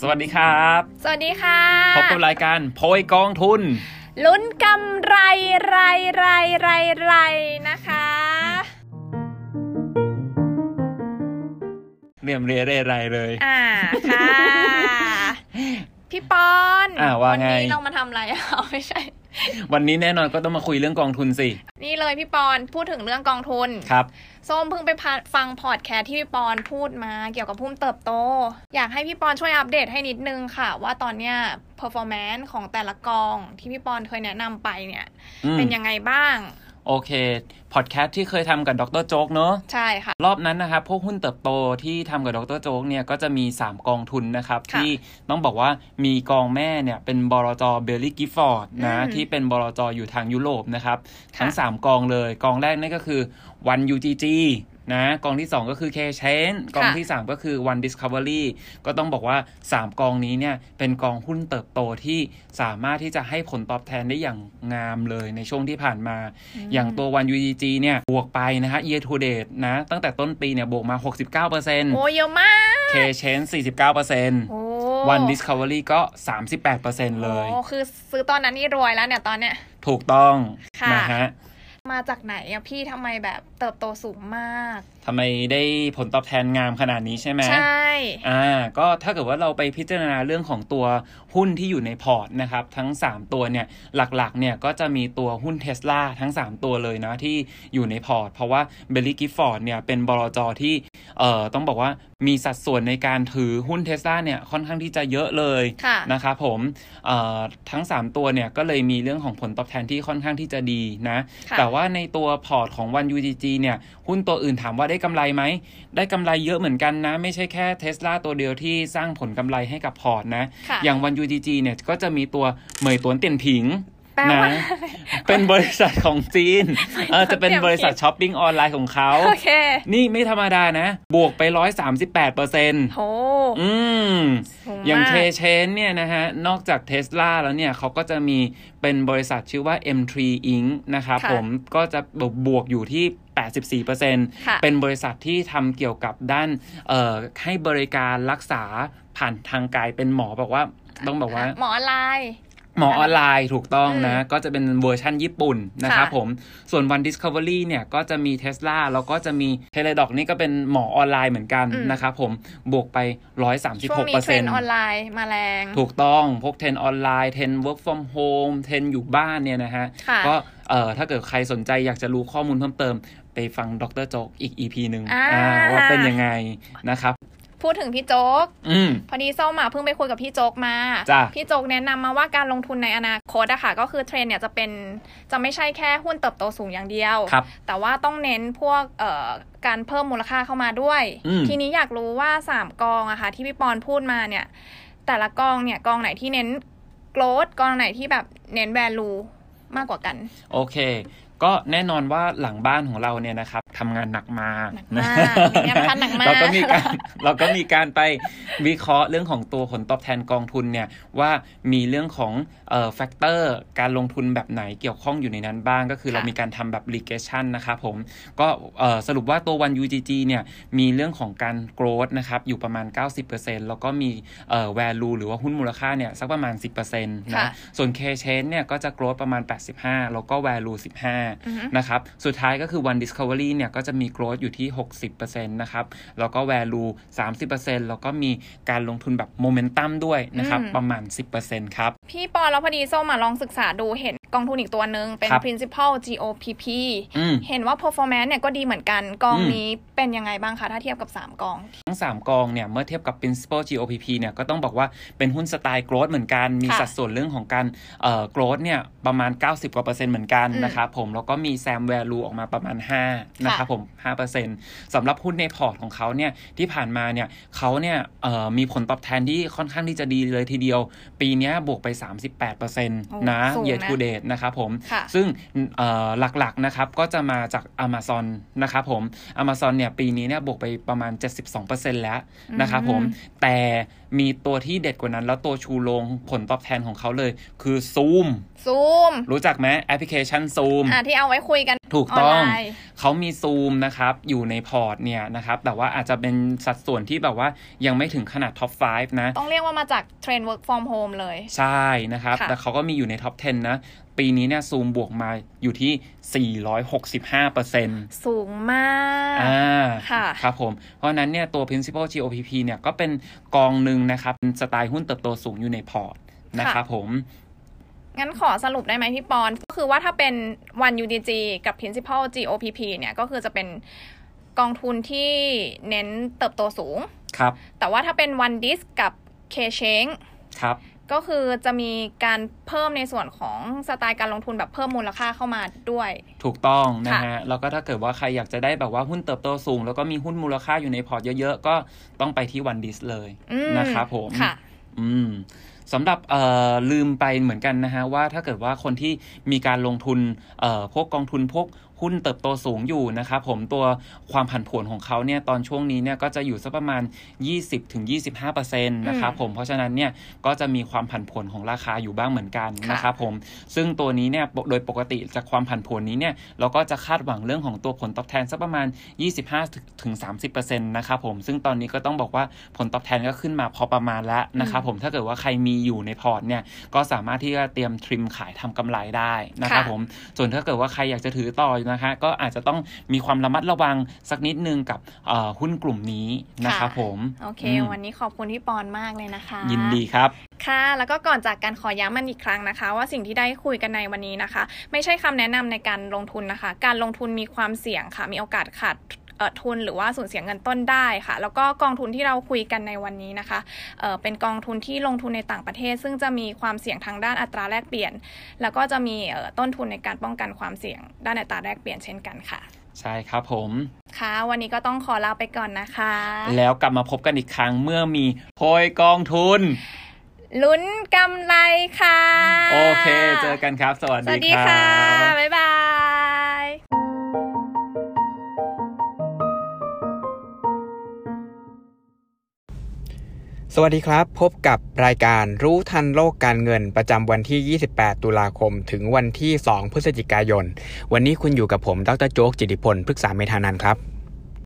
สวัสดีครับ สวัสดีค่ะ พบกับรายการโพยกองทุน ลุ้นกำไรไรไรไรไรนะคะ เรียมเรียเรไรเลย อ่าค่ะ พี่ปอน อ่าว่าไง วันนี้เรามาทำอะไรอ่ะเอาไม่ใช่ วันนี้แน่นอนก็ต้องมาคุยเรื่องกองทุนสิ นี่เลยพี่ปอน พูดถึงเรื่องกองทุน ครับ ส้มเพิ่งไปพาฟังพอดแคสต์ที่พี่ปอนพูดมาเกี่ยวกับพุ่มเติบโต อยากให้พี่ปอนช่วยอัปเดตให้นิดนึงค่ะ ว่าตอนเนี้ย performance ของแต่ละกองที่พี่ปอนเคยแนะนำไปเนี่ย อืม เป็นยังไงบ้าง โอเค พอดแคสต์ที่เคยทำกับดรโจ๊กเนอะ ใช่ค่ะ รอบนั้นนะครับพวกหุ้นเติบโตที่ทำกับดรโจ๊กเนี่ยก็จะมี 3 กองทุนนะครับ ค่ะ ที่ต้องบอกว่ามีกองแม่เนี่ยเป็นบรจเบลลี่กิฟฟอร์ดนะ อืม ที่เป็นบรจอยู่ทางยุโรปนะครับ ค่ะ ทั้ง 3 กองเลย กองแรกนั่นก็คือ One UGG นะ กองที่ 2 ก็คือ K Chain กองที่ 3 ก็คือ One Discovery ก็ต้องบอกว่า 3 กองนี้เนี่ย เป็นกองหุ้นเติบโตที่สามารถที่จะให้ผลตอบแทนได้อย่างงามเลยในช่วงที่ผ่านมา อย่างตัว One UGG เนี่ย บวกไปนะฮะ year to date นะ ตั้งแต่ต้นปีเนี่ย บวกมา โอ้ 69% เยอะมาก K Chain 49% โอ้ One Discovery ก็ 38%เลย โอ้คือซื้อตอนนั้นนี่รวยแล้วเนี่ยตอนเนี้ย ถูกต้อง ค่ะ นะฮะ มาจากไหนอะพี่ทำไมแบบเติบโตสูงมาก ทำไมได้ผลตอบแทนงามขนาดนี้ใช่ไหม ใช่ อ่า ก็ถ้าเกิดว่าเราไปพิจารณาเรื่องของตัวหุ้นที่อยู่ในพอร์ตนะครับ ทั้ง 3 ตัวเนี่ย หลักๆ เนี่ย ก็จะมีตัวหุ้นเท sla ทั้ง 3 ตัวเลยนะ ที่อยู่ในพอร์ต เพราะว่าเบลลี่กิฟฟอร์ดเนี่ย เป็นบลจที่ เอ่อ ต้องบอกว่ามีสัดส่วนในการถือหุ้นเท sla เนี่ย ค่อนข้างที่จะเยอะเลย ค่ะ นะครับผมเอ่อทั้ง 3 ตัวเนี่ยก็เลยมีเรื่องของผลตอบแทนที่ค่อนข้างที่จะดีนะ ค่ะ แต่ว่าในตัวพอร์ตของวัน UGG เนี่ยหุ้นตัวอื่นถามว่าได้กำไรไหม ได้กำไรเยอะเหมือนกันนะ ไม่ใช่แค่เทสลาตัวเดียวที่สร้างผลกำไรให้กับพอร์ตนะ ค่ะ อย่างวัน UGG เนี่ยก็จะมีตัวเหมยตวนเตียนผิง แปลว่า นะ เป็นบริษัทของจีน เออจะเป็นบริษัทช้อปปิ้งออนไลน์ของเขา โอเค นี่ไม่ธรรมดานะ บวกไป 138เปอร์เซ็นต์ โห อืม สูง อย่าง มาก เคเชนเนี่ยนะฮะ นอกจากเทสลาแล้วเนี่ยเขาก็จะมีเป็นบริษัทชื่อว่า M3 Inc. นะครับ ค่ะ ผมก็จะบวกอยู่ที่ 84% ค่ะ เป็นบริษัทที่ทำเกี่ยวกับด้านเอ่อให้บริการรักษาผ่านทางกายเป็นหมอบอกว่าต้องบอกว่า ะหมอออนไลน์ หมอออนไลน์ถูกต้องนะ อืม ก็จะเป็นเวอร์ชั่นญี่ปุ่นนะครับ ค่ะ ผม ส่วน One Discovery เนี่ย ก็จะมี Tesla แล้วก็จะมี t e l e d o c นี่ก็เป็นหมอออนไลน์เหมือนกัน อืม นะครับผมบวกไป 136% ช่วงนี้เทรนด์ออนไลน์มาแรง ถูกต้องพวกเทรนออนไลน์เทรน work from home เทรนอยู่บ้านเนี่ยนะฮะ ค่ะ ก็เอ่อถ้าเกิดใครสนใจอยากจะรู้ข้อมูลเพิ่มเติม ไปฟังดรโจ๊กอีก EP หนึ่ง อ่า อ่าว่าเป็นยังไงนะครับ พูดถึงพี่โจ๊ก อืม พอดีส้มอ่ะเพิ่งไปคุยกับพี่โจ๊กมา จ้ะ พี่โจ๊กแนะนำมาว่าการลงทุนในอนาคตอะค่ะ ก็คือเทรนด์เนี่ยจะเป็นจะไม่ใช่แค่หุ้นเติบโตสูงอย่างเดียว ครับ แต่ว่าต้องเน้นพวกเอ่อการเพิ่มมูลค่าเข้ามาด้วย อืม ทีนี้อยากรู้ว่า 3 กองอะค่ะที่พี่ปอนพูดมาเนี่ย แต่ละกองเนี่ยกองไหนที่เน้นโกลดกองไหนที่แบบเน้นแวลูมากกว่ากัน โอเค ก็แน่นอนว่าหลังบ้านของเราเนี่ยนะครับทำงานหนักมา หนักมากมีงานพันหนักมาก เราก็มีการ เราก็มีการไปวิเคราะห์เรื่องของตัวผลตอบแทนกองทุนเนี่ยว่ามีเรื่องของเอ่อแฟกเตอร์การลงทุนแบบไหนเกี่ยวข้องอยู่ในนั้นบ้าง ก็คือ ค่ะ เรามีการทำแบบ regression นะครับผม ก็เอ่อสรุปว่าตัววัน UGG เนี่ยมีเรื่องของการโกรดนะครับอยู่ประมาณ 90%แล้วก็มีเอ่อ value หรือว่าหุ้นมูลค่าเนี่ยสักประมาณ 10% ค่ะ นะ ส่วน K chain เนี่ยก็จะ growth ประมาณ 85 แล้วก็ value อือฮึ 15 นะครับ สุดท้ายก็คือ one discovery เนี่ยก็จะมี growth อยู่ที่ 60%นะครับ แล้วก็ value 30%แล้วก็มีการลงทุนแบบ momentum ด้วยนะครับ อืม ประมาณ 10%ครับ พี่ปอนแล้วพอดีส้มมาลองศึกษาดูเห็นกองทุนอีกตัวหนึ่งเป็น ครับ principal GOPP อืม เห็นว่า performance เนี่ยก็ดีเหมือนกัน กอง อืม นี้เป็นยังไงบ้างคะ ถ้าเทียบกับ 3 กอง ทั้ง 3 กองเนี่ย เมื่อเทียบกับ principal GOPP เนี่ย ก็ต้องบอกว่าเป็นหุ้นสไตล์ growth เหมือนกัน มี ค่ะ สัดส่วนเรื่องของการเอ่อ growth เนี่ย ประมาณ 90 กว่าเปอร์เซ็นต์เหมือนกัน อืม นะครับผม แล้วก็มี SAM value ออกมาประมาณ 5 นะครับผม5เปอร์เซ็นต์สำหรับหุ้นในพอร์ตของเขาเนี่ย ที่ผ่านมาเนี่ยเขาเนี่ยเอ่อมีผลตอบแทนที่ค่อนข้างที่จะดีเลยทีเดียว ปีเนี้ยบวกไป 38เปอร์เซ็นต์นะ โอ้สูง year to นะ date นะครับผม ค่ะ ซึ่งเอ่อหลักๆนะครับก็จะมาจาก Amazon นะครับผม Amazon เนี่ยปีนี้เนี่ยบวกไปประมาณ 72%แล้วนะครับผม แต่มีตัวที่เด็ดกว่านั้นแล้วตัวชูโรงผลตอบแทนของเขาเลย คือ Zoom ซูม รู้จักไหมแอปพลิเคชัน Zoom อ่ะที่เอาไว้คุยกัน ถูก ออน ต้อง ไลน์ เขามีซูมนะครับอยู่ในพอร์ตเนี่ยนะครับ แต่ว่าอาจจะเป็นสัดส่วนที่แบบว่ายังไม่ถึงขนาดท็อป 5 นะ ต้องเรียกว่ามาจากเทรน work from home เลย ใช่นะครับ ค่ะ แต่เขาก็มีอยู่ในท็อป 10 นะ ปีนี้เนี่ยซูมบวกมาอยู่ที่ 465เปอร์เซ็นต์ สูงมาก อ่า ค่ะ ครับผม เพราะฉะนั้นเนี่ยตัว principal GOPP เนี่ยก็เป็นกองหนึ่งนะครับเป็นสไตล์หุ้นเติบโตสูงอยู่ในพอร์ตนะ ค่ะ ครับผม งั้นขอสรุปได้ไหมพี่ปอน ก็คือว่าถ้าเป็น one UDG กับ principal GOPP เนี่ยก็คือจะเป็นกองทุนที่เน้นเติบโตสูง ครับ แต่ว่าถ้าเป็น one disc กับ K s h a n k ครับ ก็คือจะมีการเพิ่มในส่วนของสไตล์การลงทุนแบบเพิ่มมูลค่าเข้ามาด้วย ถูกต้องนะ ค่ะ ฮะ แล้วก็ถ้าเกิดว่าใครอยากจะได้แบบว่าหุ้นเติบโตสูง แล้วก็มีหุ้นมูลค่าอยู่ในพอร์ตเยอะๆ ก็ต้องไปที่วันดิสเลย อืม นะครับผม ค่ะ อืมสำหรับเอ่อลืมไปเหมือนกันนะฮะว่าถ้าเกิดว่าคนที่มีการลงทุนเอ่อพวกกองทุนพวกหุ้นเติบโตสูงอยู่นะครับผมตัวความผันผวนของเขาเนี่ยตอนช่วงนี้เนี่ยก็จะอยู่สักประมาณ 20-25%นะครับผมเพราะฉะนั้นเนี่ยก็จะมีความผันผวนของราคาอยู่บ้างเหมือนกัน ค่ะ นะครับผมซึ่งตัวนี้เนี่ยโดยปกติจากความผันผวนนี้เนี่ยเราก็จะคาดหวังเรื่องของตัวผลตอบแทนสักประมาณ 25-30%นะครับผมซึ่งตอนนี้ก็ต้องบอกว่าผลตอบแทนก็ขึ้นมาพอประมาณแล้วนะครับ ผมถ้าเกิดว่าใครมีอยู่ในพอร์ตเนี่ยก็สามารถที่จะเตรียมทริมขายทำกำไรได้นะครับ ค่ะ ผมส่วนถ้าเกิดว่าใครอยากจะถือต่อนะคะ ก็อาจจะต้องมีความระมัดระวังสักนิดนึงกับเอ่อหุ้นกลุ่มนี้นะครับผม โอเค ม วันนี้ขอบคุณพี่ปอนมากเลยนะคะ ยินดีครับ ค่ะ แล้วก็ก่อนจากการขอย้ำมันอีกครั้งนะคะ ว่าสิ่งที่ได้คุยกันในวันนี้นะคะ ไม่ใช่คำแนะนำในการลงทุนนะคะ การลงทุนมีความเสี่ยงค่ะ มีโอกาสขาดเอ่อทุนหรือว่าสูญเสียเงินต้นได้ค่ะ แล้วก็กองทุนที่เราคุยกันในวันนี้นะคะเอ่อเป็นกองทุนที่ลงทุนในต่างประเทศ ซึ่งจะมีความเสี่ยงทางด้านอัตราแลกเปลี่ยน แล้วก็จะมีเอ่อต้นทุนในการป้องกันความเสี่ยง ด้านอัตราแลกเปลี่ยนเช่นกันค่ะ ใช่ครับผม ค่ะ วันนี้ก็ต้องขอลาไปก่อนนะคะ แล้วกลับมาพบกันอีกครั้งเมื่อมีโพยกองทุน ลุ้นกำไรค่ะ โอเค เจอกันครับ สวัส สวัส ดี ดี ค ค่ะ รับ บ๊ายบาย สวัสดีครับ พบกับรายการรู้ทันโลกการเงินประจำวันที่ 28 ตุลาคม ถึงวันที่ 2 พฤศจิกายน วันนี้คุณอยู่กับผม ดรโจ๊ก จิติพล พฤกษาเมธานันท์ครับ